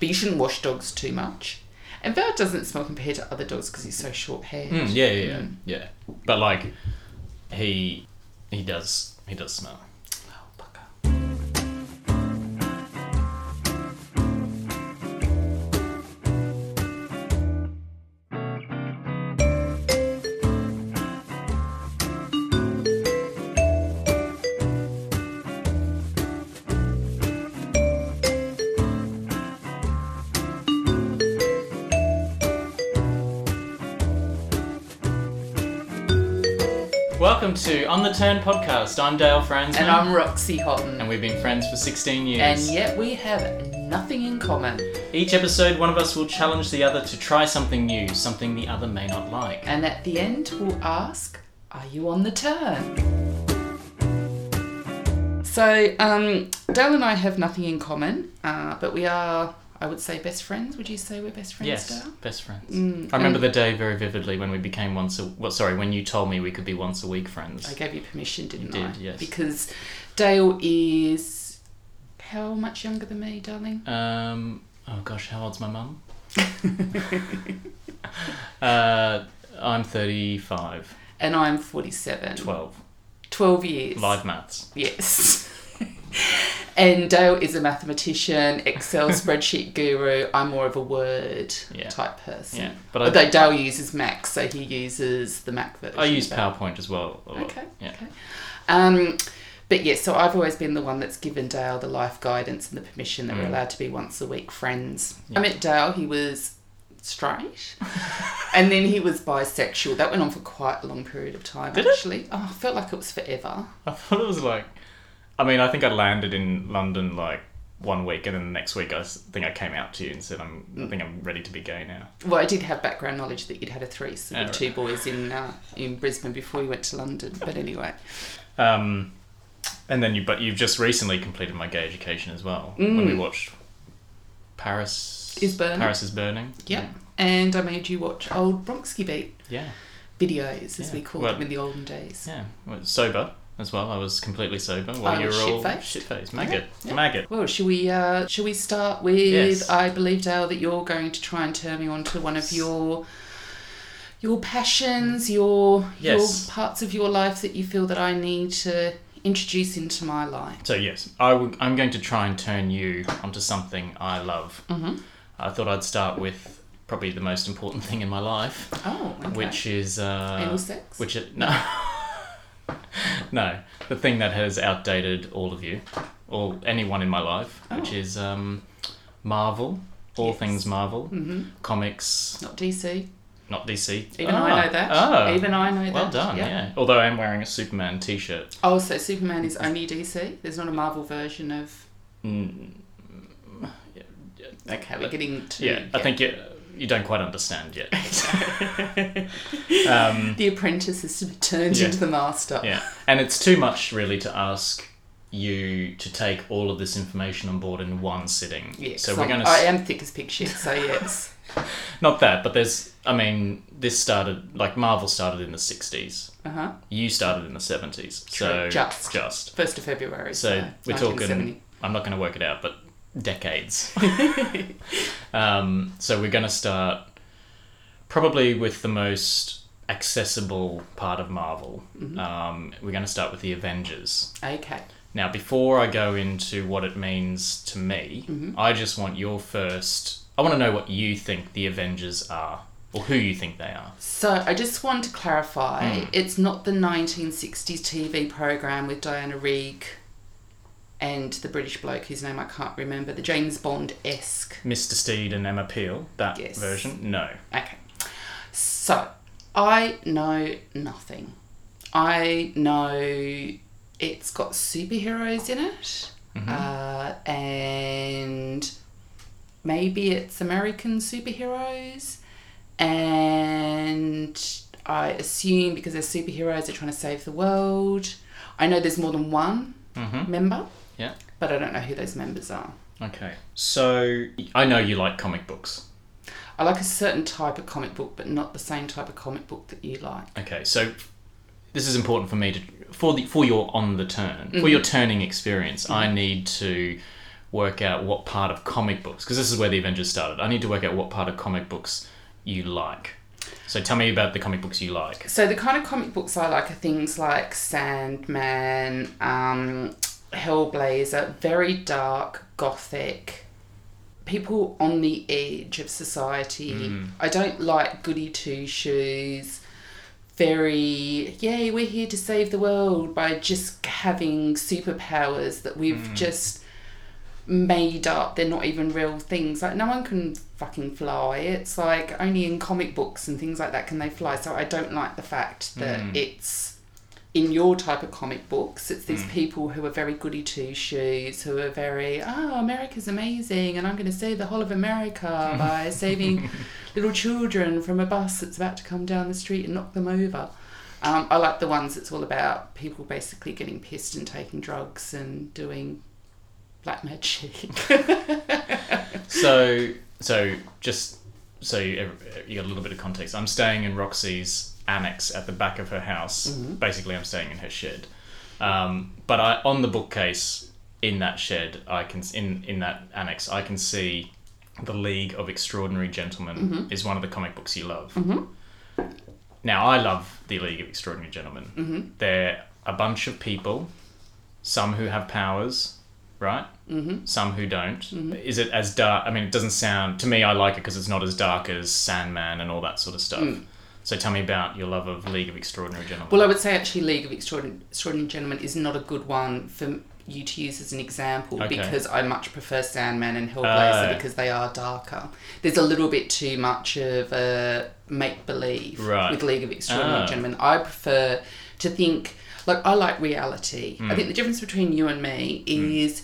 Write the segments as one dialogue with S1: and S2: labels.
S1: but you shouldn't wash dogs too much. And Val doesn't smell compared to other dogs because he's so short haired.
S2: Mm, yeah, yeah, yeah, yeah. But like, he he does he does smell.
S1: Oh, bugger.
S2: Welcome to On the Turn podcast. I'm Dale Franz,
S1: And I'm Roxy Houghton.
S2: and we've been friends for 16
S1: And
S2: years.
S1: yet we have nothing in common.
S2: Each episode, one of us will challenge the other to try something new, something the other may not like.
S1: And at the end, we'll ask, Are you on the turn? So, um, Dale and I have nothing in common, uh, but we are, I would say, best friends. Would you say we're best friends,
S2: Yes,
S1: Dale? Mm,
S2: best friends. I remember the day very vividly when we became once a well, sorry, when you told me we could be once a week friends.
S1: I gave you permission, didn't
S2: You
S1: I?
S2: did, yes.
S1: Because Dale is how much younger than me, darling?
S2: Um, oh gosh, how old's my mum? uh, I'm 35,
S1: And I'm 47.
S2: 12,
S1: 12 years.
S2: live maths.
S1: Yes. and Dale is a mathematician, Excel spreadsheet guru. I'm more of a Word
S2: Yeah.
S1: type person.
S2: Yeah, but I-
S1: Although Dale uses Mac, so he uses the Mac version.
S2: I use
S1: but-
S2: PowerPoint as well. a lot.
S1: Okay.
S2: Yeah.
S1: Okay. Um, but yes, so I've always been the one that's given Dale the life guidance and the permission that we're
S2: Mm.
S1: allowed to be once a week friends.
S2: Yeah.
S1: I met Dale, he was straight and then he was bisexual. That went on for quite a long period of time
S2: Did it?
S1: actually. Oh, I felt like it was forever.
S2: I thought it was like, I mean, I think I landed in London like one week, and then the next week I s- think I came out to you and said, "I'm,
S1: Mm.
S2: I think I'm ready to be gay now."
S1: Well, I did have background knowledge that you'd had a threesome
S2: Oh,
S1: with two boys in uh, in Brisbane before you went to London. But anyway,
S2: Um, and then you, but you've just recently completed my gay education as well when we watched Paris
S1: Mm. Is Burning.
S2: Paris is burning.
S1: yeah. And I made you watch old Bronxy Beat
S2: Yeah.
S1: videos, as
S2: Yeah.
S1: we called
S2: Well-
S1: them in the olden days.
S2: Yeah, well, sober as well. I was completely sober while
S1: I
S2: you were
S1: was
S2: all
S1: shit-faced.
S2: shit faced. Maggot,
S1: Yeah, yeah.
S2: maggot.
S1: Well, should we uh, should we start with?
S2: Yes.
S1: I believe Dale that you're going to try and turn me on to one of your your passions, your
S2: Yes.
S1: your parts of your life that you feel that I need to introduce into my life.
S2: So yes, I w- I'm going to try and turn you onto something I love. Mm-hmm. I thought I'd start with probably the most important thing in my life,
S1: Oh, okay.
S2: which is uh,
S1: Anal sex?
S2: Which is, no, no, the thing that has outdated all of you, or anyone in my life, which
S1: Oh.
S2: is um, Marvel, all
S1: Yes. Hmm.
S2: things Marvel, mm-hmm. comics,
S1: not DC.
S2: not DC.
S1: Even
S2: Ah,
S1: I know that.
S2: Oh,
S1: Even I know that.
S2: well done.
S1: Yeah.
S2: yeah. Although I'm wearing a Superman T-shirt.
S1: Oh, so Superman is only DC. There's not a Marvel version of. Okay, we're getting to.
S2: Mm. Uh, yeah, I think you you don't quite understand yet.
S1: the apprentice is turned
S2: Yeah.
S1: into the master.
S2: yeah, and it's too much really to ask you to take all of this information on board in one sitting.
S1: Yeah, oh,
S2: so
S1: so
S2: we're going
S1: I
S2: to
S1: am thick as pig shit, so yes.
S2: not that, but there's I mean this started like Marvel started in the '60s.
S1: Uh huh.
S2: You started in the '70s. So
S1: True, just. uh,
S2: just
S1: First of February.
S2: so we're
S1: 1970.
S2: talking. I'm not going to work it out, but decades. um, so we're going to start probably with the most accessible part of Marvel.
S1: Mm-hmm.
S2: Um, we're going to start with the Avengers.
S1: Okay.
S2: Now, before I go into what it means to me, I just want your first. I want to know what you think the Avengers are, or who you think they are.
S1: So I just want to clarify
S2: Hmm.
S1: it's not the 1960s TV program with Diana Rigg and the British bloke whose name I can't remember, the James Bond esque
S2: Mr. Steed and Emma Peel, that
S1: Yes.
S2: version? No.
S1: Okay. So, I know nothing. I know it's got superheroes in it, uh, and maybe it's American superheroes, and I assume because they're superheroes, they're trying to save the world. I know there's more than one
S2: Mhm.
S1: member,
S2: Yeah.
S1: but I don't know who those members are.
S2: Okay. So, I know you like comic books.
S1: I like a certain type of comic book, but not the same type of comic book that you like.
S2: Okay, so this is important for me to for the for your on the turn for your turning experience. I need to work out what part of comic books, because this is where the Avengers started. I need to work out what part of comic books you like. So tell me about the comic books you like.
S1: So the kind of comic books I like are things like Sandman, um, Hellblazer, very dark, gothic, people on the edge of society. I don't like goody two shoes. Very, yay, we're here to save the world by just having superpowers that we've just made up. They're not even real things. Like, no one can fucking fly. It's like only in comic books and things like that can they fly. So, I don't like the fact that it's in your type of comic books, it's these people who are very goody two shoes, who are very, oh, America's amazing, and I'm going to save the whole of America by saving little children from a bus that's about to come down the street and knock them over. Um, I like the ones that's all about people basically getting pissed and taking drugs and doing black magic.
S2: So, so just so you, ev- you got a little bit of context. I'm staying in Roxy's annex at the back of her house. Basically, I'm staying in her shed. Um, but I on the bookcase in that shed, I can s- in in that annex, I can see the League of Extraordinary Gentlemen is one of the comic books you love. Now I love the League of Extraordinary Gentlemen. They're a bunch of people, some who have powers, right? Mm-hmm. Some who don't. Is it as dark? I mean, it doesn't sound to me. I like it because it's not as dark as Sandman and all that sort of stuff. So tell me about your love of League of Extraordinary Gentlemen.
S1: Well, I would say actually, League of Extraordinary, Extraordinary Gentlemen is not a good one for you to use as an example
S2: Okay.
S1: because I much prefer Sandman and Hellblazer
S2: Oh.
S1: because they are darker. There's a little bit too much of a make believe
S2: Right.
S1: with League of Extraordinary
S2: Ah.
S1: Gentlemen. I prefer to think like I like reality.
S2: Hmm.
S1: I think the difference between you and me is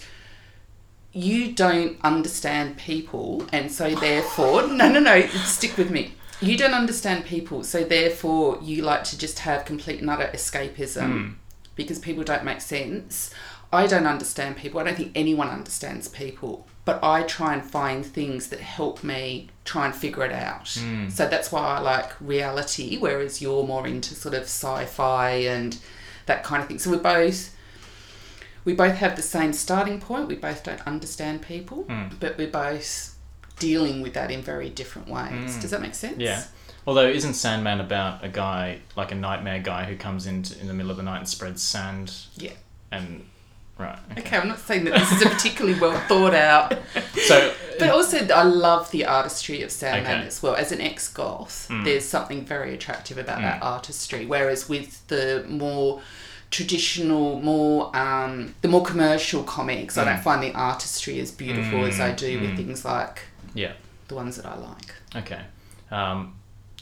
S1: you don't understand people, and so therefore, no, no, no, stick with me. You don't understand people, so therefore, you like to just have complete and utter escapism because people don't make sense. I don't understand people. I don't think anyone understands people, but I try and find things that help me try and figure it out. So that's why I like reality, whereas you're more into sort of sci fi and that kind of thing. So we're both we both have the same starting point. We both don't understand people,
S2: Hmm.
S1: but we're both dealing with that in very different ways. Does that make sense?
S2: Hmm. Yeah. Although isn't Sandman about a guy like a nightmare guy who comes in t- in the middle of the night and spreads sand
S1: Yeah.
S2: and right? Okay.
S1: Okay, I'm not saying that this is a particularly well thought out,
S2: So
S1: but also I love the artistry of Sandman
S2: Okay. Hmm.
S1: as well. As an ex goth, there's something very attractive about that artistry. Whereas with the more traditional, more um, the more commercial comics, I
S2: Hmm.
S1: don't find the artistry as beautiful as I do with things like
S2: yeah.
S1: the ones that I like.
S2: Okay. Um,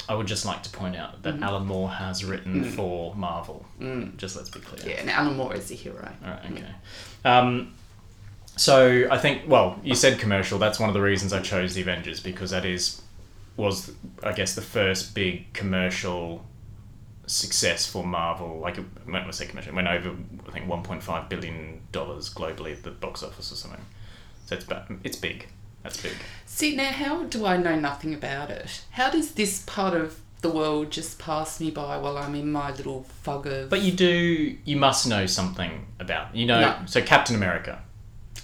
S2: I would just like to point out that Alan Moore has written for Marvel. Just let's be clear.
S1: Yeah, and Alan Moore is a hero.
S2: All right. Okay. Um, so I think well, you said commercial. That's one of the reasons I chose the Avengers because that is was I guess the first big commercial success for Marvel. Like it- when I say commercial, it went over I think one point five billion dollars globally at the box office or something. So it's ba- it's big. That's big.
S1: See, now how do I know nothing about it? How does this part of the world just pass me by while I'm in my little fog of.
S2: But you do you must know something about you know
S1: No.
S2: so Captain America.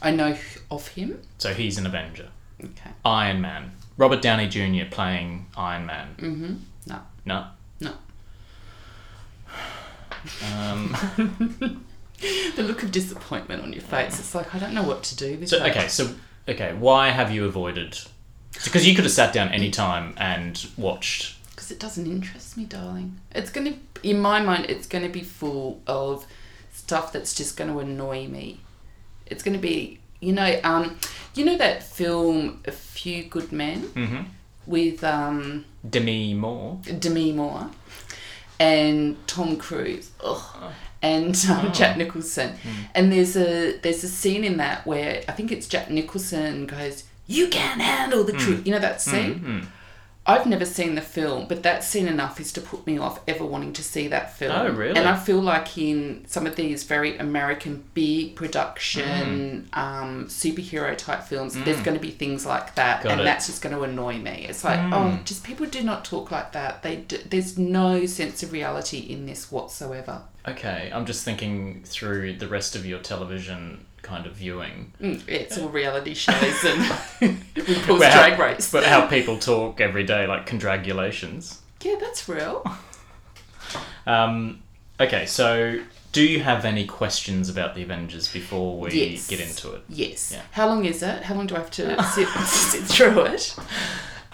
S1: I know h- of him.
S2: So he's an Avenger.
S1: Okay.
S2: Iron Man. Robert Downey Jr. playing Iron Man.
S1: No.
S2: No.
S1: No.
S2: Um,
S1: The look of disappointment on your face. It's like I don't know what to do with
S2: so
S1: that.
S2: okay, so okay, why have you avoided? Because you could have sat down any time and watched.
S1: Because it doesn't interest me, darling. It's gonna, in my mind, it's gonna be full of stuff that's just gonna annoy me. It's gonna be, you know, um, you know that film A Few Good Men
S2: Mhm.
S1: with um,
S2: Demi Moore.
S1: Demi Moore and Tom Cruise
S2: Oh.
S1: ugh, and um, Jack Nicholson.
S2: Hmm.
S1: And there's a there's a scene in that where I think it's Jack Nicholson goes, "You can't handle
S2: Hmm.
S1: the truth." You know that scene. I've never seen the film, but that scene enough is to put me off ever wanting to see that film.
S2: Oh, really?
S1: And I feel like in some of these very American big production
S2: Mm.
S1: um, superhero type films, there's going to be things like that,
S2: Got
S1: and
S2: it. Mm.
S1: that's just going to annoy me. It's like, oh, just people do not talk like that. They d there's no sense of reality in this whatsoever.
S2: Okay, I'm just thinking through the rest of your television kind of viewing.
S1: Mm, it's all reality shows and RuPaul's
S2: Well,
S1: Drag Race.
S2: But how people talk every day, like condragulations.
S1: yeah, that's real.
S2: Um, okay, so do you have any questions about the Avengers before we
S1: Yes.
S2: get into it?
S1: Yes.
S2: Yeah.
S1: How long is it? How long do I have to sit, sit through it?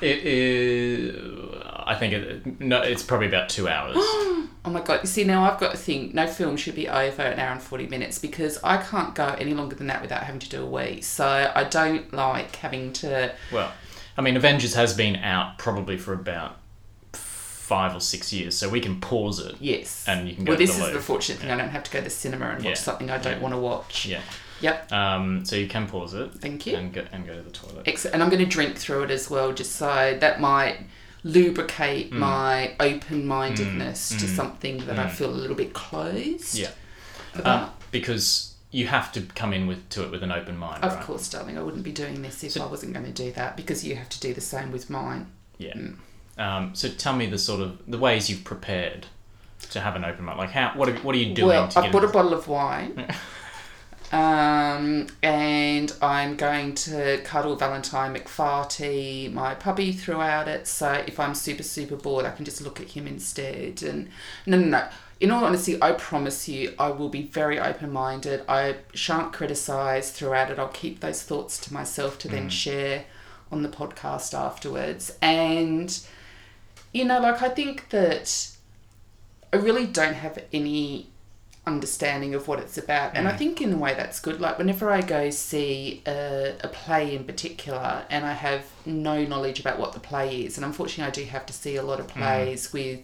S2: It is. I think it. No, it's probably about two hours.
S1: Oh my god! You see, now I've got to think. No film should be over an hour and forty minutes because I can't go any longer than that without having to do a wee. So I don't like having to.
S2: well, I mean, Avengers has been out probably for about five or six years, so we can pause it.
S1: Yes.
S2: And you can go
S1: Well,
S2: to
S1: this
S2: the
S1: is the
S2: loo.
S1: fortunate thing. I don't have to go to the cinema and watch
S2: Yeah.
S1: something I don't
S2: Yeah.
S1: want to watch.
S2: Yeah.
S1: Yep.
S2: Um, so you can pause it.
S1: Thank you.
S2: And go, and go to the toilet.
S1: Ex- and I'm going to drink through it as well, just so that might lubricate
S2: Mm.
S1: my open mindedness to something that I feel a little bit closed.
S2: Yeah.
S1: about.
S2: Um, because you have to come in with to it with an open mind,
S1: Of
S2: Ah. right?
S1: course, darling, I wouldn't be doing this if
S2: So-
S1: I wasn't going to do that because you have to do the same with mine.
S2: Yeah.
S1: Mm.
S2: Um, so tell me the sort of the ways you've prepared to have an open mind. Like how what are, what are you doing
S1: well,
S2: to
S1: I've
S2: get
S1: bought a
S2: into-
S1: bottle of wine. Um, and I'm going to cuddle Valentine McFarty, my puppy, throughout it. So if I'm super, super bored, I can just look at him instead. And no, no, no. In all honesty, I promise you, I will be very open minded. I shan't criticise throughout it. I'll keep those thoughts to myself to
S2: Mm.
S1: then share on the podcast afterwards. And, you know, like, I think that I really don't have any understanding of what it's about. And I
S2: Mm.
S1: think in a way that's good. Like whenever I go see a, a play in particular and I have no knowledge about what the play is, and unfortunately I do have to see a
S2: Mm.
S1: lot of plays with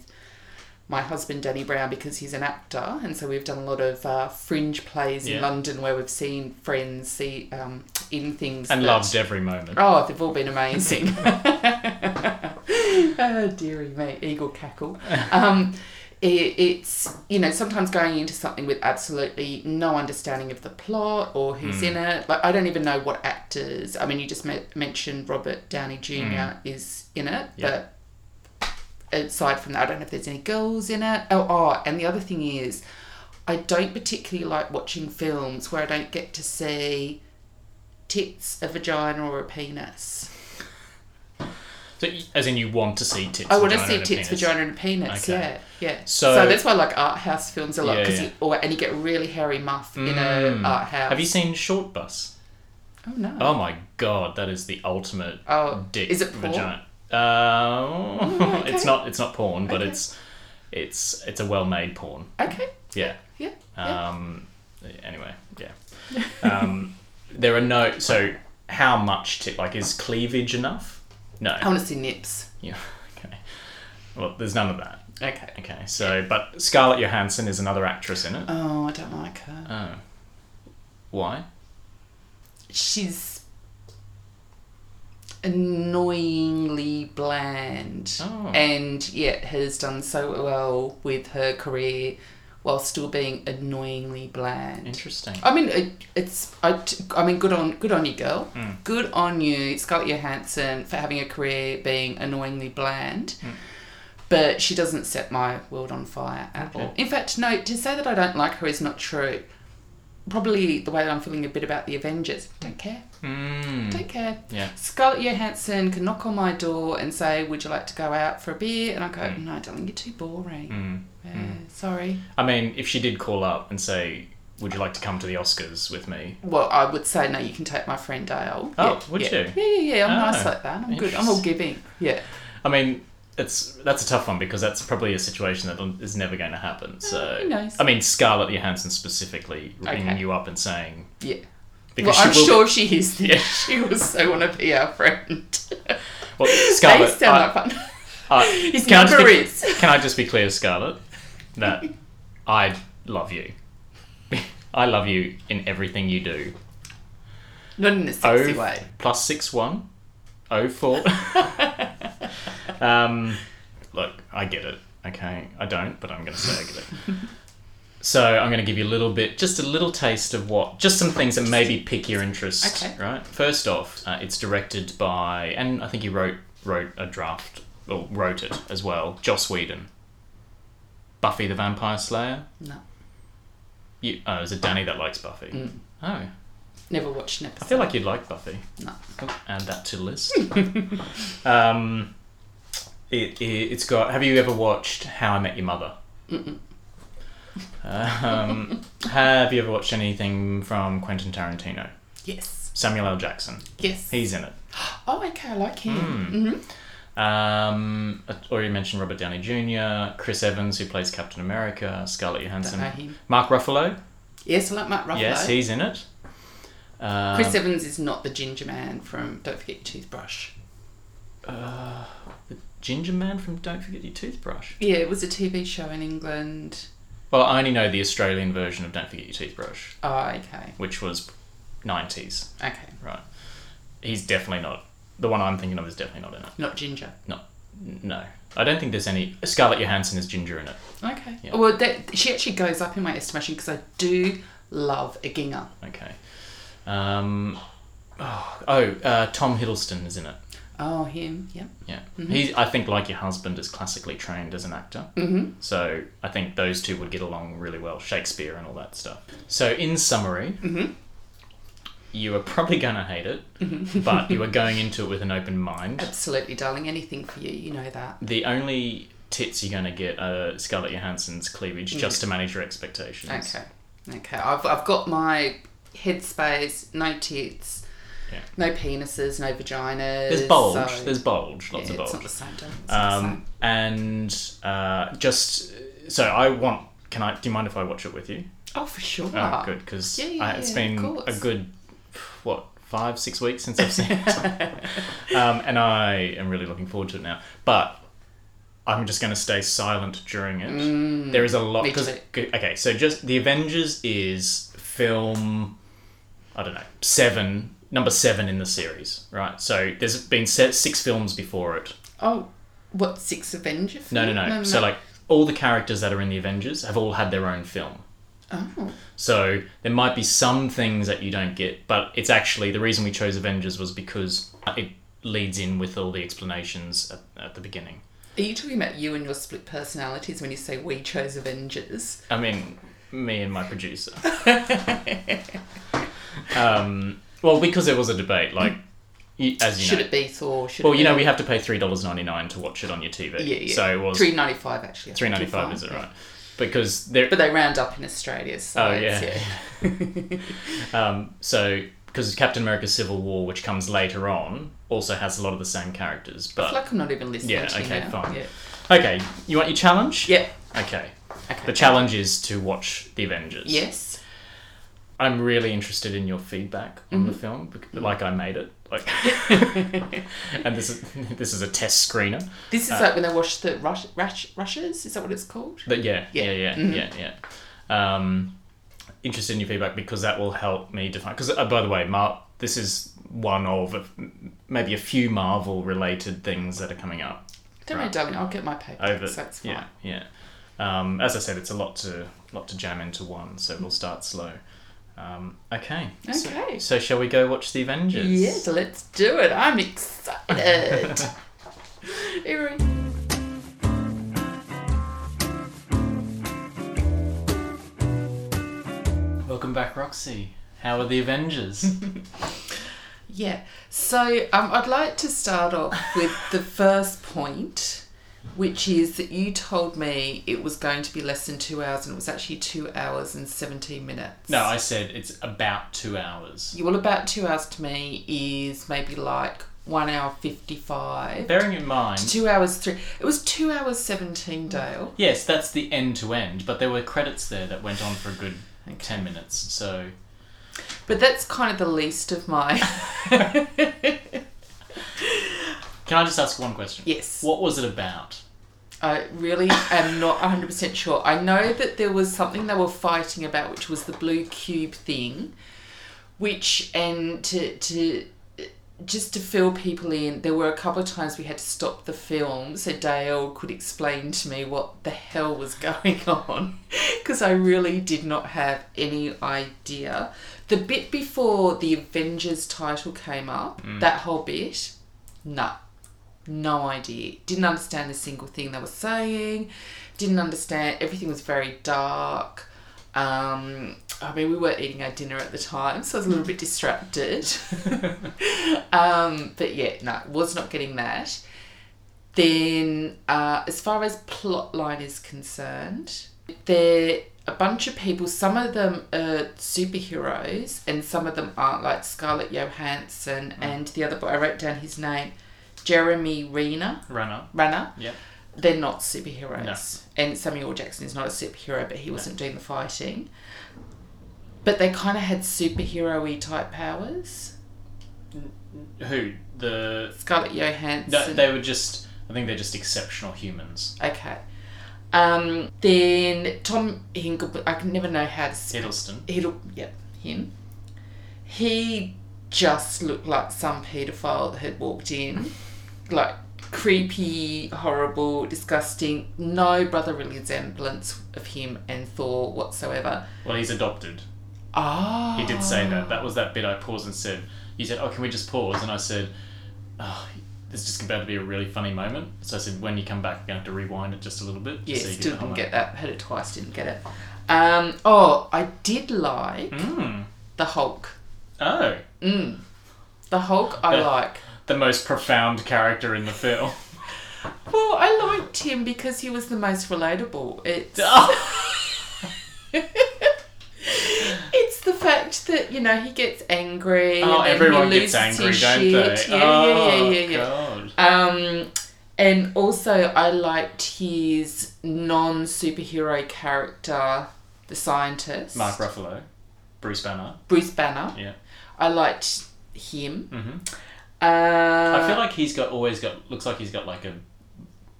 S1: my husband Danny Brown because he's an actor, and so we've done a lot of uh, fringe plays in
S2: Yeah.
S1: London where we've seen friends see um, in things
S2: and
S1: that-
S2: loved every moment.
S1: Oh, they've all been amazing. oh, dearie me, eagle cackle. Um, it, it's, you know, sometimes going into something with absolutely no understanding of the plot or who's in it. Like, I don't even know what actors. I mean, you just me- mentioned Robert Downey Jr. is in it,
S2: Yeah.
S1: but aside from that, I don't know if there's any girls in it. Oh, oh, and the other thing is, I don't particularly like watching films where I don't get to see tits, a vagina, or a penis.
S2: So, y- as in, you want to see tits.
S1: I want to
S2: vagina,
S1: see
S2: and a
S1: tits,
S2: penis.
S1: vagina, and a penis.
S2: Okay.
S1: Yeah, yeah. So,
S2: So-
S1: that's why I like art house films a lot
S2: Yeah,
S1: because
S2: yeah.
S1: you or and you get a really hairy muff in
S2: Mm.
S1: a art house.
S2: Have you seen Short Bus?
S1: Oh no.
S2: Oh my god, that is the ultimate
S1: Oh,
S2: dick
S1: is it porn? Mm,
S2: vagina. Uh,
S1: okay.
S2: it's not. It's not porn, but
S1: Okay.
S2: it's it's it's a well-made porn.
S1: Okay.
S2: Yeah.
S1: Yeah. yeah.
S2: Um, Anyway, yeah. Um, there are no. So, how much tit? Like, is cleavage enough? No.
S1: I want to see nips.
S2: Yeah. Okay. Well, there's none of that.
S1: Okay.
S2: Okay. So, but Scarlett Johansson is another actress in it.
S1: Oh, I don't like her.
S2: Oh. Why?
S1: She's annoyingly bland,
S2: Oh.
S1: and yet has done so well with her career while still being annoyingly bland.
S2: Interesting.
S1: I mean, it, it's I, t- I mean, good on good on you, girl.
S2: Hmm.
S1: Good on you, Scarlett Johansson, for having a career being annoyingly bland.
S2: Hmm.
S1: But she doesn't set my world on fire at
S2: Okay.
S1: all. In fact, no. To say that I don't like her is not true. Probably the way that I'm feeling a bit about the Avengers. Don't care.
S2: Mm.
S1: Don't care.
S2: Yeah.
S1: Scarlett Johansson can knock on my door and say, "Would you like to go out for a beer?" And I go,
S2: Hmm.
S1: "No, darling, you're too boring.
S2: Mm.
S1: Yeah, Sorry."
S2: I mean, if she did call up and say, "Would you like to come to the Oscars with me?"
S1: Well, I would say no. You can take my friend Dale.
S2: Oh,
S1: yeah,
S2: would
S1: yeah.
S2: you?
S1: Yeah, yeah, yeah. I'm
S2: Oh,
S1: nice like that. I'm good. I'm all giving. Yeah.
S2: I mean, it's that's a tough one because that's probably a situation that is never going to happen. So,
S1: Eh, who knows?
S2: I mean, Scarlett Johansson specifically ringing
S1: Okay.
S2: you up and saying
S1: Yeah.
S2: because
S1: well, I'm
S2: she will.
S1: sure she hears this.
S2: Yeah.
S1: She will so want to be our friend.
S2: Well,
S1: they
S2: Scarlett, I-
S1: sound like fun.
S2: I-
S1: His
S2: Can I just
S1: number
S2: be-
S1: is.
S2: Can I just be clear, Scarlett, that I love you. I love you in everything you do.
S1: Not in a
S2: O
S1: sexy way.
S2: plus six one, O four. um, look, I get it. Okay, I don't, but I'm going to say I get it. So I'm going to give you a little bit, just a little taste of what, just some things that maybe pick your interest.
S1: Okay.
S2: Right. First off, uh, it's directed by, and I think he wrote wrote a draft or wrote it as well. Joss Whedon. Buffy the Vampire Slayer.
S1: No. Mm.
S2: You, oh, is it Danny that likes Buffy? Oh,
S1: Never watched an episode.
S2: I feel like you'd like Buffy.
S1: No.
S2: Add that to the list.
S1: Hmm.
S2: um, it, it, it's got. Have you ever watched How I Met Your Mother? Um, have you ever watched anything from Quentin Tarantino?
S1: Yes.
S2: Samuel L. Jackson.
S1: Yes.
S2: He's in it.
S1: Oh, okay. I like him.
S2: Hmm. Um, I already mentioned Robert Downey Jr., Chris Evans, who plays Captain America, Scarlett Johansson,
S1: know him.
S2: Mark Ruffalo.
S1: Yes, I like Matt Ruffalo.
S2: Yes, he's in it. Um,
S1: Chris E- Evans is not the ginger man from Don't Forget Your Toothbrush.
S2: Ginger Man from Don't Forget Your Toothbrush.
S1: Yeah, it was a TV show in England.
S2: Well, I only know the Australian version of Don't Forget Your Toothbrush,
S1: Oh, okay.
S2: which was 90s,
S1: Okay.
S2: right? He's definitely not. The one I'm thinking of is definitely not in it.
S1: Not ginger.
S2: No. No. I don't think there's any. Scarlett Johansson is Ginger in it.
S1: Okay.
S2: Yeah.
S1: Well, that, she actually goes up in my estimation because I do love a ginger.
S2: Okay. Um, oh, oh, uh, Tom Hiddleston is in it.
S1: Oh, him. Yep.
S2: Yeah. He, I think, like your husband, is classically trained as an actor. Mm-hmm. So I think those two would get along really well, Shakespeare and all that stuff. So, in summary, you are probably going to hate it, but you are going into it with an open mind.
S1: Absolutely, darling. Anything for you. You know that.
S2: The only tits you're going to get are Scarlett Johansson's cleavage just to manage your expectations.
S1: Mm. Okay. Okay. I've, I've got my headspace, no tits,
S2: Yeah.
S1: no penises, no vaginas.
S2: There's bulge.
S1: so-
S2: There's bulge. Lots
S1: yeah,
S2: of bulge.
S1: It's not the same, darling. It's not the
S2: Um,
S1: same.
S2: and uh, just so I want. Can I? Do you mind if I watch it with you?
S1: Oh, for sure.
S2: Oh, good because
S1: Yeah, yeah,
S2: it's
S1: yeah,
S2: been
S1: of
S2: a
S1: course.
S2: good what five six weeks since I've seen it, um, and I am really looking forward to it now. But I'm just going to stay silent during it. there is a lot.
S1: Mm. me
S2: 'cause-
S1: too.
S2: g- okay, so just the Avengers is film. I don't know seven number seven in the series, right? So there's been set six films before it.
S1: Oh, what six Avenger?
S2: No, no,
S1: film?
S2: no. so like all the characters that are in the Avengers have all had their own film.
S1: Oh,
S2: So there might be some things that you don't get, but it's actually the reason we chose Avengers was because it leads in with all the explanations at, at the beginning.
S1: are you talking about you and your split personalities when you say we chose Avengers?
S2: I mean, me and my producer. um, well, because there was a debate, like you, as you
S1: Should
S2: know.
S1: it be Thor? Should
S2: Well,
S1: it
S2: you
S1: be...
S2: know, we have to pay three dollars ninety nine to watch it on your TV.
S1: yeah, yeah.
S2: So it was
S1: three ninety five actually.
S2: three ninety five, is it right? Because there,
S1: But they round up in Australia, so
S2: Oh,
S1: it's,
S2: yeah.
S1: yeah.
S2: Um, so, because Captain America Civil War, which comes later on, also has a lot of the same characters.
S1: It's
S2: But
S1: like I'm not even listening.
S2: Yeah,
S1: to you
S2: okay,
S1: now.
S2: fine.
S1: Yeah.
S2: okay, you want your challenge?
S1: yeah.
S2: Okay.
S1: Okay.
S2: The challenge is to watch the Avengers.
S1: Yes.
S2: I'm really interested in your feedback on the film, bec- like I made it. Like, and this is this is a test screener.
S1: This is like when they wash the rush, rush, rushes. Is that what it's called?
S2: But yeah, yeah,
S1: Yeah.
S2: yeah, yeah, yeah. Um, interested in your feedback because that will help me define. Because uh, by the way, Mark, this is one of a- maybe a few Marvel-related things that are coming up
S1: Don't
S2: Right.
S1: worry, darling. I'll get my paper.
S2: over.
S1: So it's fine.
S2: yeah, yeah. Um, as I said, it's a lot to lot to jam into one, so we'll start slow. Um, okay. So-
S1: Okay.
S2: So, shall we go watch the Avengers?
S1: Yes, let's do it. I'm excited. Eerie.
S2: Welcome back, Roxy. How are the Avengers?
S1: Yeah. So um, I'd like to start off with the first point, which is that you told me it was going to be less than two hours, and it was actually two hours and seventeen minutes.
S2: no, I said it's about two hours.
S1: You well, about two hours to me is maybe like one hour fifty-five.
S2: Bearing in mind,
S1: Two hours three. It was two hours seventeen, Dale.
S2: Yes, that's the end to end, but there were credits there that went on for a good 10 minutes. So,
S1: But that's kind of the least of my.
S2: can I just ask one question?
S1: Yes.
S2: What was it about?
S1: I really am not 100% sure. I know that there was something they were fighting about, which was the blue cube thing, which, and to, to just to fill people in, there were a couple of times we had to stop the film so Dale could explain to me what the hell was going on because I really did not have any idea. The bit before the Avengers title came up, that whole bit, no, no idea. Didn't understand a single thing they were saying. Didn't understand. Everything was very dark. Um, I mean, we were eating our dinner at the time, so I was a little bit distracted. um, but yeah, no, was not getting that. Then, uh, as far as plot line is concerned, there a bunch of people. Some of them are superheroes, and some of them aren't, like Scarlett Johansson
S2: Mm.
S1: and the other. boy. I wrote down his name, Jeremy Renner.
S2: Runner.
S1: Runner.
S2: Yeah.
S1: They're not superheroes, and Samuel Jackson is not a superhero, but he wasn't doing the fighting. But they kind of had superhero-y type powers.
S2: Who? The.
S1: Scarlett Johansson.
S2: No, they were just. I think they're just exceptional humans.
S1: Okay. Um, then Tom Hinkle, I can never know how to speak.
S2: Hiddleston.
S1: Hiddle, yep, him. He just looked like some paedophile that had walked in. Like, creepy, horrible, disgusting. No brotherly resemblance of him and Thor whatsoever.
S2: Well, he's adopted.
S1: Ah.
S2: He did say that. That was that bit I paused and said. You said, "Oh, can we just pause?" And I said, oh, "It's just about to be a really funny moment." So I said, "When you come back, you're going to have to rewind it just a little bit."
S1: Yeah,
S2: so you
S1: still
S2: the
S1: didn't
S2: whole
S1: get that. Had it twice, didn't get it. Um, oh, I did like
S2: moment. Mm.
S1: the Hulk.
S2: Oh,
S1: Mm. The Hulk, I
S2: Yeah.
S1: like.
S2: the most profound character in the film.
S1: Well, I liked him because he was the most relatable. It's
S2: Ah.
S1: Oh, it's the fact that you know he gets angry.
S2: Oh,
S1: and then he
S2: everyone
S1: loses
S2: gets angry,
S1: his
S2: don't
S1: shit.
S2: they?
S1: Yeah,
S2: oh,
S1: yeah, yeah, yeah,
S2: God.
S1: yeah. Um, and also I liked his non-superhero character, the scientist,
S2: Mark Ruffalo, Bruce Banner.
S1: Bruce Banner.
S2: Yeah.
S1: I liked him.
S2: hmm
S1: Uh,
S2: I feel like he's got always got looks like he's got like a,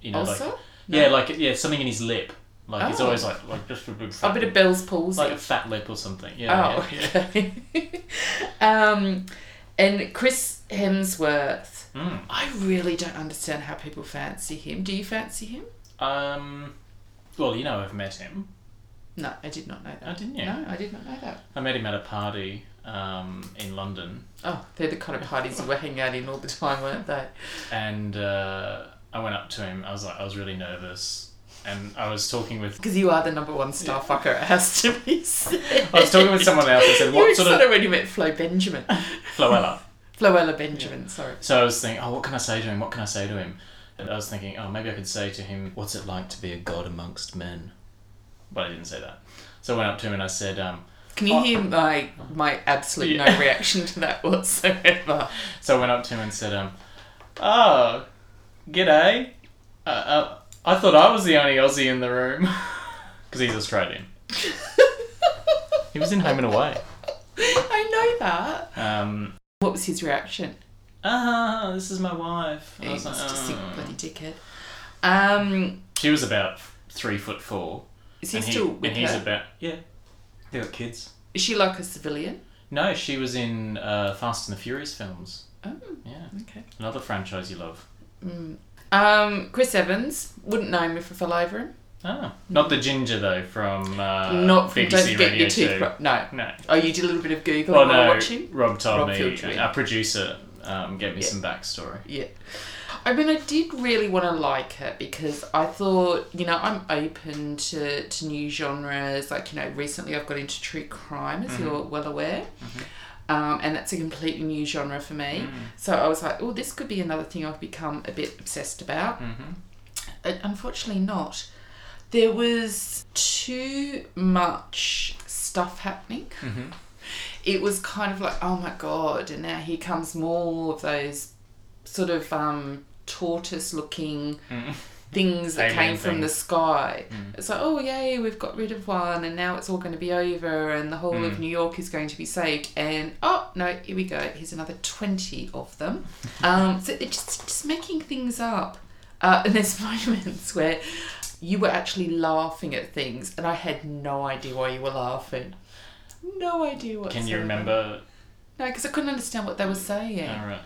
S2: you know,
S1: also
S2: like yeah, like yeah, something in his lip. Like he's
S1: Oh.
S2: always like like just a big
S1: a
S2: fat
S1: bit of Bell's palsy.
S2: like a fat lip or something. Yeah.
S1: Oh,
S2: yeah, yeah.
S1: okay. um, and Chris Hemsworth.
S2: Mm.
S1: I really don't understand how people fancy him. Do you fancy him?
S2: Um, well, you know, I've met him.
S1: No, I did not know
S2: Oh,
S1: that.
S2: didn't you?
S1: No, I did not know that.
S2: I met him at a party um, in London,
S1: Oh, they're the kind of parties you were hanging out in all the time, weren't they?
S2: and uh, I went up to him. I was like, I was really nervous, and I was talking with.
S1: Because you are the number one star fucker. It has to be said.
S2: I was talking with someone else. I said,
S1: you
S2: "What sort of
S1: already met Flo Benjamin,
S2: Floella?"
S1: Floella Benjamin. Sorry.
S2: So I was thinking, "Oh, what can I say to him? What can I say to him?" And I was thinking, "Oh, maybe I could say to him, what's it like to be a god amongst men?" But I didn't say that. So I went up to him and I said, um,
S1: Can you hear my my absolute
S2: Yeah.
S1: no reaction to that whatsoever?
S2: So I went up to him and said, um, "Oh, g'day. Uh, uh, I thought I was the only Aussie in the room because he's Australian. he was in Home and Away.
S1: I know that.
S2: Um,
S1: What was his reaction?
S2: ah, this is my wife. And I
S1: He
S2: was
S1: was
S2: like,
S1: just a
S2: "Oh."
S1: bloody dickhead. Um,
S2: She was about three foot four.
S1: is he
S2: and he-
S1: still with
S2: and he's
S1: her?
S2: about yeah. They got kids.
S1: Is she like a civilian?
S2: No, she was in uh, Fast and the Furious films.
S1: Oh,
S2: Yeah,
S1: okay.
S2: another franchise you love.
S1: Um, Chris Evans wouldn't know him if I fell over him.
S2: Ah, not the ginger though from uh,
S1: Not from
S2: BBC
S1: Don't Get
S2: Radio
S1: Your
S2: 2.
S1: Toothbrush. No.
S2: No.
S1: Oh, you did a little bit of Google
S2: Well,
S1: while
S2: Oh, no,
S1: watching.
S2: Rob told
S1: Rob
S2: me,
S1: filled you in.
S2: our producer um, gave me
S1: Yeah.
S2: some backstory.
S1: Yeah. I mean, I did really want to like her because I thought, you know, I'm open to, to new genres. Like, you know, recently I've got into true crime,
S2: Mm-hmm.
S1: as you're well aware. Um, and that's a completely new genre for me.
S2: Mm.
S1: So I was like, oh, this could be another thing I've become a bit obsessed about. Uh, Unfortunately, not. There was too much stuff happening.
S2: Mm-hmm.
S1: It was kind of like, oh my god, and now here comes more of those sort of um, tortoise looking things that
S2: Alien
S1: came from the
S2: things.
S1: sky. It's like, oh yay, we've got rid of one, and now it's all going to be over, and the whole of New York is going to be saved. And oh no, here we go. Here's another twenty of them. um, so it's just just making things up. Uh, and there's moments where you were actually laughing at things, and I had no idea why you were laughing. No idea what.
S2: Can you remember?
S1: No, because I couldn't understand what they were saying.
S2: all right.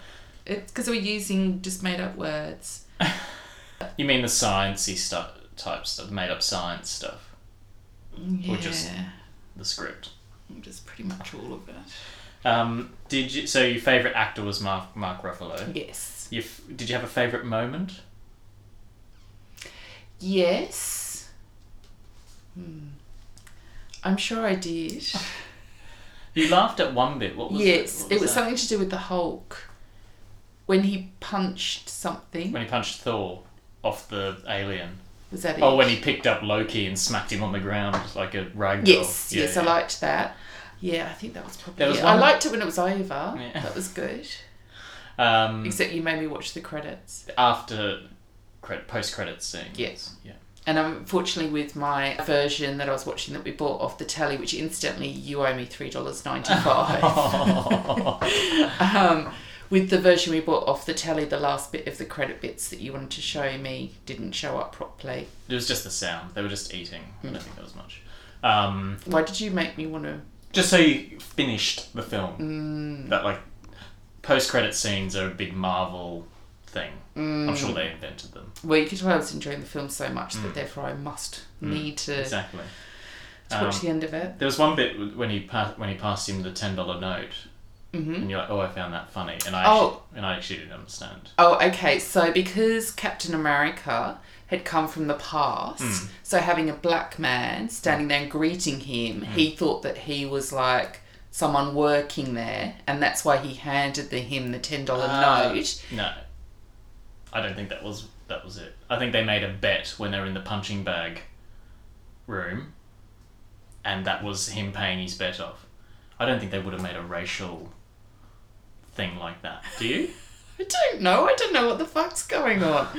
S1: It's because we're using just made up words.
S2: uh, You mean the sciencey stuff, type stuff, made up science stuff,
S1: Yeah.
S2: Or just- the script.
S1: Just pretty much all of it.
S2: Um, did you? So your favorite actor was Mark Mark Ruffalo.
S1: Yes.
S2: You f- did you have a favorite moment?
S1: Yes. Hmm. I'm sure I did.
S2: You laughed at one bit. What was
S1: yes,
S2: it? What
S1: it was
S2: that?
S1: something to do with the Hulk when he punched something.
S2: when he punched Thor off the alien.
S1: Was that it?
S2: Oh, when he picked up Loki and smacked him on the ground like a rag doll.
S1: Yes,
S2: Yeah,
S1: yes, I
S2: yeah.
S1: liked that. Yeah, I think that was probably.
S2: There was
S1: it. I
S2: one-
S1: liked it when it was over.
S2: Yeah.
S1: That was good.
S2: Um,
S1: Except you made me watch the credits.
S2: after credit, post credits scene.
S1: Yes.
S2: Yeah.
S1: And unfortunately, with my version that I was watching that we bought off the telly, which incidentally you owe me three dollars ninety five. um, with the version we bought off the telly, the last bit of the credit bits that you wanted to show me didn't show up properly.
S2: It was just the sound. They were just eating. I
S1: Hmm.
S2: don't think there was much. Um,
S1: Why did you make me want to?
S2: just so you finished the film. Mm. That like post credit scenes are a big Marvel thing. I'm
S1: Mm.
S2: sure they invented them.
S1: Well, you could tell I was enjoying the film so much
S2: Mm.
S1: that therefore I must need to,
S2: Exactly. Um,
S1: to watch the end of it.
S2: There was one bit w- when he pa- when he passed him the ten dollar note, and you're like, "Oh, I found that funny," and
S1: Mm-hmm.
S2: I
S1: Oh.
S2: actually, and I actually didn't understand.
S1: Oh, okay. So because Captain America had come from the past,
S2: Hmm.
S1: so having a black man standing there and greeting him,
S2: Hmm.
S1: he thought that he was like someone working there, and that's why he handed the, him the ten dollar
S2: Ah.
S1: note.
S2: No, I don't think that was that was it. I think they made a bet when they were in the punching bag room, and that was him paying his bet off. I don't think they would have made a racial thing like that. Do you?
S1: I don't know. I don't know what the fuck's going on.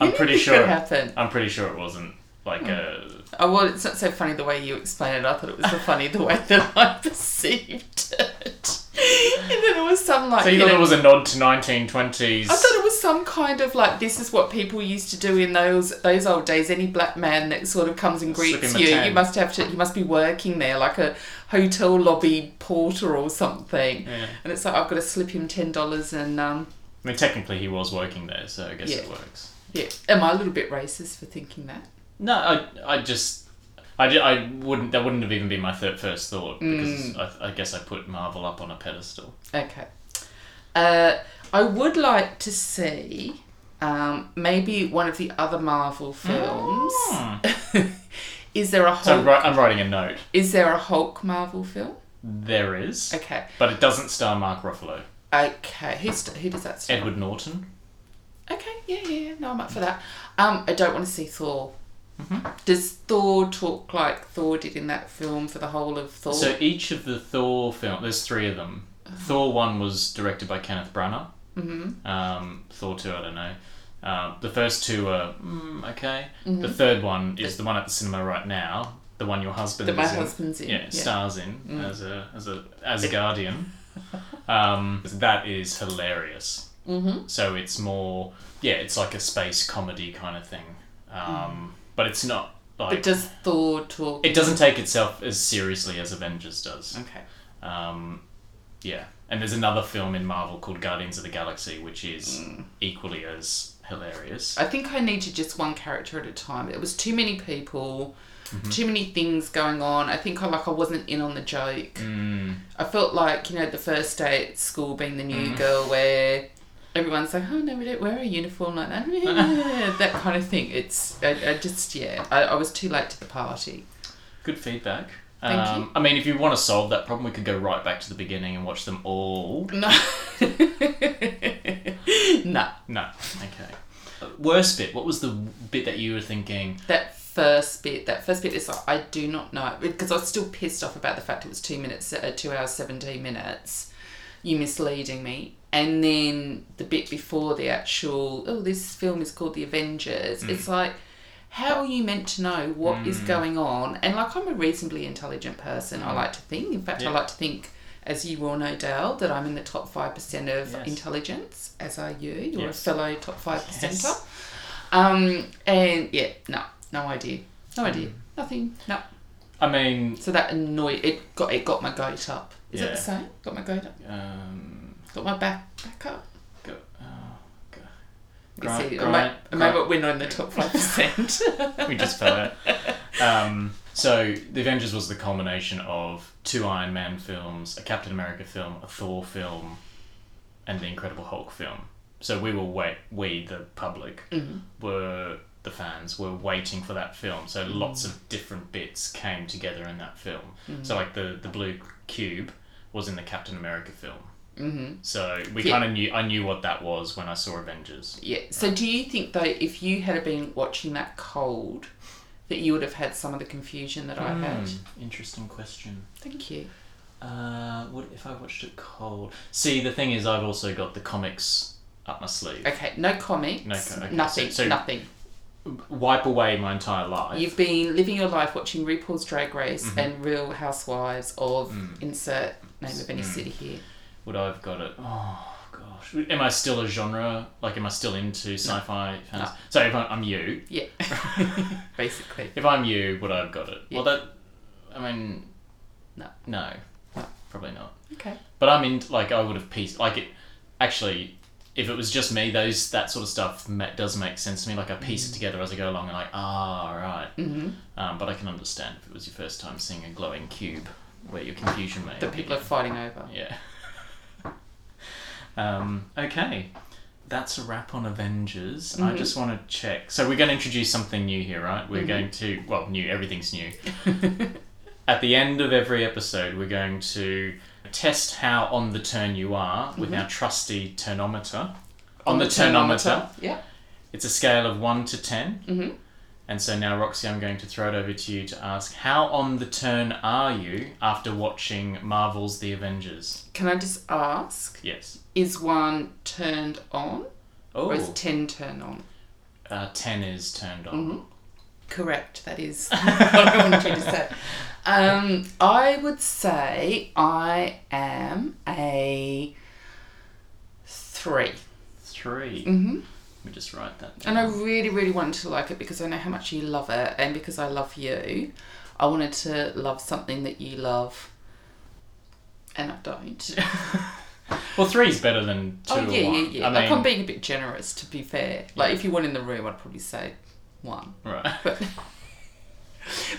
S2: I'm pretty
S1: Anything
S2: sure.
S1: could happen.
S2: I'm pretty sure it wasn't like a.
S1: Oh well, it's not so funny the way you explain it. I thought it was so funny the way that I perceived it, and then it was some like
S2: So you
S1: you
S2: thought it
S1: know,
S2: was a nod to 1920s.
S1: I thought it was some kind of like this is what people used to do in those those old days. Any black man that sort of comes and
S2: Slip
S1: greets
S2: him a
S1: you,
S2: ten.
S1: you must have to you must be working there like a hotel lobby porter or something.
S2: Yeah.
S1: And it's like I've got to slip him ten dollars and um
S2: I mean, technically, he was working there, so I guess it
S1: Yeah.
S2: works.
S1: yeah. Am I a little bit racist for thinking that?
S2: No, I, I just, I, ju- I wouldn't. That wouldn't have even been my th- first thought because
S1: Hmm.
S2: I, I guess I put Marvel up on a pedestal.
S1: Okay. Uh, I would like to see um, maybe one of the other Marvel films. is there a Hulk?
S2: Ah. So ri- I'm writing a note.
S1: is there a Hulk Marvel film?
S2: There is,
S1: Okay.
S2: but it doesn't star Mark Ruffalo.
S1: Okay, who's who does that stuff?
S2: Edward Norton.
S1: Okay, yeah, yeah, yeah, no, I'm up for that. Um, I don't want to see Thor.
S2: Mm-hmm.
S1: Does Thor talk like Thor did in that film for the whole of Thor?
S2: So each of the Thor film, there's three of them. Thor one was directed by Kenneth Branagh. Mm-hmm. Um, Thor two, I don't know. Um, the first two are mm, okay.
S1: Mm-hmm.
S2: The third one is the one at the cinema right now. The one your husband
S1: That
S2: is
S1: my
S2: in.
S1: husband's in,
S2: Yeah,
S1: yeah. Mm.
S2: stars in as a as a as a guardian. um, that is hilarious. Mm-hmm. So it's more yeah, it's like a space comedy kind of thing. Um, But it's not like
S1: Mm. but does Thor talk?
S2: it doesn't take itself as seriously as Avengers does.
S1: okay.
S2: Um, yeah, and there's another film in Marvel called Guardians of the Galaxy, which is equally as hilarious.
S1: I think I needed just one character at a time. It was too many people,
S2: Mm-hmm.
S1: too many things going on. I think I like I wasn't in on the joke.
S2: Hmm.
S1: I felt like you know the first day at school being the new girl where. Everyone's like, oh no, we don't wear a uniform like that. that kind of thing. It's, I, I just, yeah, I, I was too late to the party.
S2: Good feedback.
S1: Thank
S2: um, I mean, if you want to solve that problem, we could go right back to the beginning and watch them all.
S1: No. no.
S2: No, okay. Uh, Worst bit. What was the bit that you were thinking?
S1: That first bit, that first bit is like, I do not know. Because I was still pissed off about the fact it was two minutes, uh, two hours, 17 minutes. You misleading me. And then the bit before the actual, oh, this film is called The Avengers.
S2: Mm.
S1: It's like, how are you meant to know what is going on? And like, I'm a reasonably intelligent person. I like to think. In fact, I
S2: Mm. Yeah.
S1: like to think, as you all know, Dale, that I'm in the top 5% of
S2: Yes.
S1: intelligence, as are you. You're
S2: Yes.
S1: a fellow top 5%er.
S2: Yes.
S1: Um, and yeah, no, no idea, no idea,
S2: Mm.
S1: nothing, no.
S2: I mean,
S1: So that annoyed it got it got my goat up. Is that
S2: Yeah.
S1: the same? Got my goat up.
S2: um,
S1: Got my back back up.
S2: go, oh, go.
S1: You can
S2: Grind-
S1: see,
S2: grind-
S1: I
S2: grind-
S1: remember we're not in the top five percent.
S2: we just fell out. Um, so the Avengers was the culmination of two Iron Man films, a Captain America film, a Thor film, and the Incredible Hulk film. So we were wait, we the public were the fans were waiting for that film. So lots of different bits came together in that film. So like the the blue cube was in the Captain America film. Mm-hmm. So we
S1: Yeah.
S2: kind of knew I knew what that was when I saw Avengers.
S1: Yeah. So do you think though, if you had been watching that cold, that you would have had some of the confusion that I had?
S2: Mm. Interesting question.
S1: Thank you.
S2: Uh, what if I watched it cold? See, the thing is, I've also got the comics up my sleeve.
S1: Okay. No comics.
S2: No co- okay,
S1: Nothing.
S2: so- so-
S1: nothing.
S2: Wipe away my entire life.
S1: You've been living your life watching RuPaul's Drag Race
S2: Mm-hmm.
S1: and Real Housewives of
S2: Mm.
S1: insert name of any city here.
S2: Would I've got it? Oh gosh, am I still a genre? Like, am I still into sci-fi? fans? So if I, I'm you,
S1: Yeah. Basically.
S2: if I'm you, would I've got it?
S1: Yeah.
S2: Well, that, I mean,
S1: No.
S2: no,
S1: No.
S2: probably not.
S1: Okay.
S2: But I'm in. Like, I would have pieced. Like, it actually. If it was just me, those that sort of stuff ma- does make sense to me. Like I piece
S1: Mm.
S2: it together as I go along, and like, ah, right.
S1: Mm-hmm.
S2: Um, but I can understand if it was your first time seeing a glowing cube, where your confusion may.
S1: That
S2: have
S1: people are
S2: been.
S1: fighting over.
S2: Yeah. um, okay. That's a wrap on Avengers. I just want to check. So we're going to introduce something new here, right? We're going to well, new. Everything's new. At the end of every episode, we're going to test how on the turn you are with our trusty turnometer. Mm-hmm. On, the, turnometer,
S1: Yeah.
S2: it's a scale of one to 10
S1: Mhm.
S2: And so now, Roxy, I'm going to throw it over to you to ask how on the turn are you after watching Marvel's The Avengers?
S1: Can I just ask,
S2: Yes.
S1: is one turned on
S2: Oh,
S1: or is 10 turned on?
S2: uh, 10 is turned
S1: Mm-hmm.
S2: on.
S1: Correct. That is what I wanted you to say. Um, I would say I am a three.
S2: 3
S1: Mhm.
S2: Let me just write that down.
S1: And I really, really wanted to like it because I know how much you love it, and because I love you, I wanted to love something that you love, and I don't.
S2: Well, 3 is better than 2
S1: oh
S2: or
S1: yeah, yeah,
S2: 1.
S1: yeah.
S2: I
S1: like
S2: mean,
S1: I'm being a bit generous, to be fair. Like if you went in the room, I'd probably say one.
S2: Right.
S1: But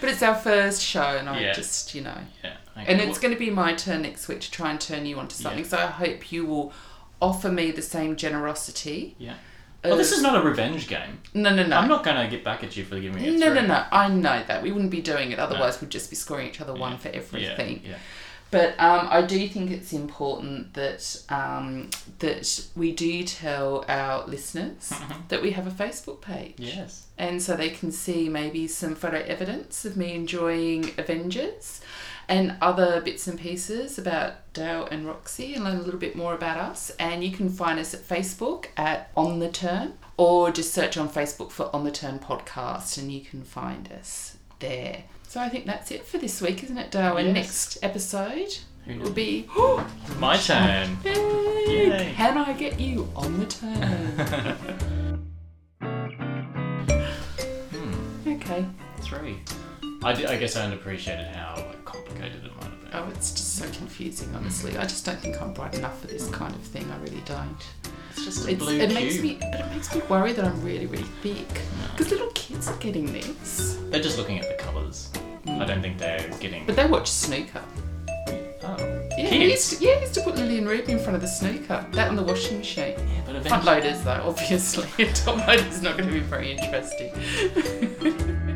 S1: but it's our first show, and I
S2: Yeah.
S1: just you know.
S2: Yeah. okay,
S1: And it's
S2: well,
S1: going to be my turn next week to try and turn you onto something.
S2: Yeah.
S1: So I hope you will offer me the same generosity.
S2: Yeah. Well, Oh, this
S1: of-
S2: is not a revenge game.
S1: no, no, no.
S2: I'm not going to get back at you for giving me a 3.
S1: no, no, no. I know that we wouldn't be doing it otherwise. We'd just be scoring each other one for everything.
S2: Yeah. yeah.
S1: But um, I do think it's important that um, that we do tell our listeners that we have a Facebook page,
S2: Yes.
S1: and so they can see maybe some photo evidence of me enjoying Avengers, and other bits and pieces about Dale and Roxy, and learn a little bit more about us. And you can find us at Facebook at On the Turn, or just search on Facebook for On the Turn podcast, and you can find us there. So I think that's it for this week, isn't it, Dale? And
S2: Yes.
S1: next episode
S2: Who
S1: will
S2: knows?
S1: be
S2: My turn.
S1: Yay!
S2: Yay.
S1: Can I get you on the turn? okay.
S2: 3. I, d- I guess I underappreciated how like, complicated it might have been.
S1: Oh, it's just so confusing, honestly.
S2: Mm.
S1: I just don't think I'm bright enough for this kind of thing. I really don't.
S2: It's just a
S1: It's,
S2: blue
S1: it makes
S2: cube.
S1: me, but it makes me worry that I'm really, really big. Because little kids are getting this,
S2: They're just looking at the colours. I don't think they're getting.
S1: but they watch snooker.
S2: Oh.
S1: Yeah, we
S2: Kids.
S1: used to, yeah, we used to put Lily and Ruby in front of the snooker. That and the washing machine.
S2: Yeah, but
S1: Front
S2: eventually.
S1: loaders, though, obviously. Top loader's not going to be very interesting.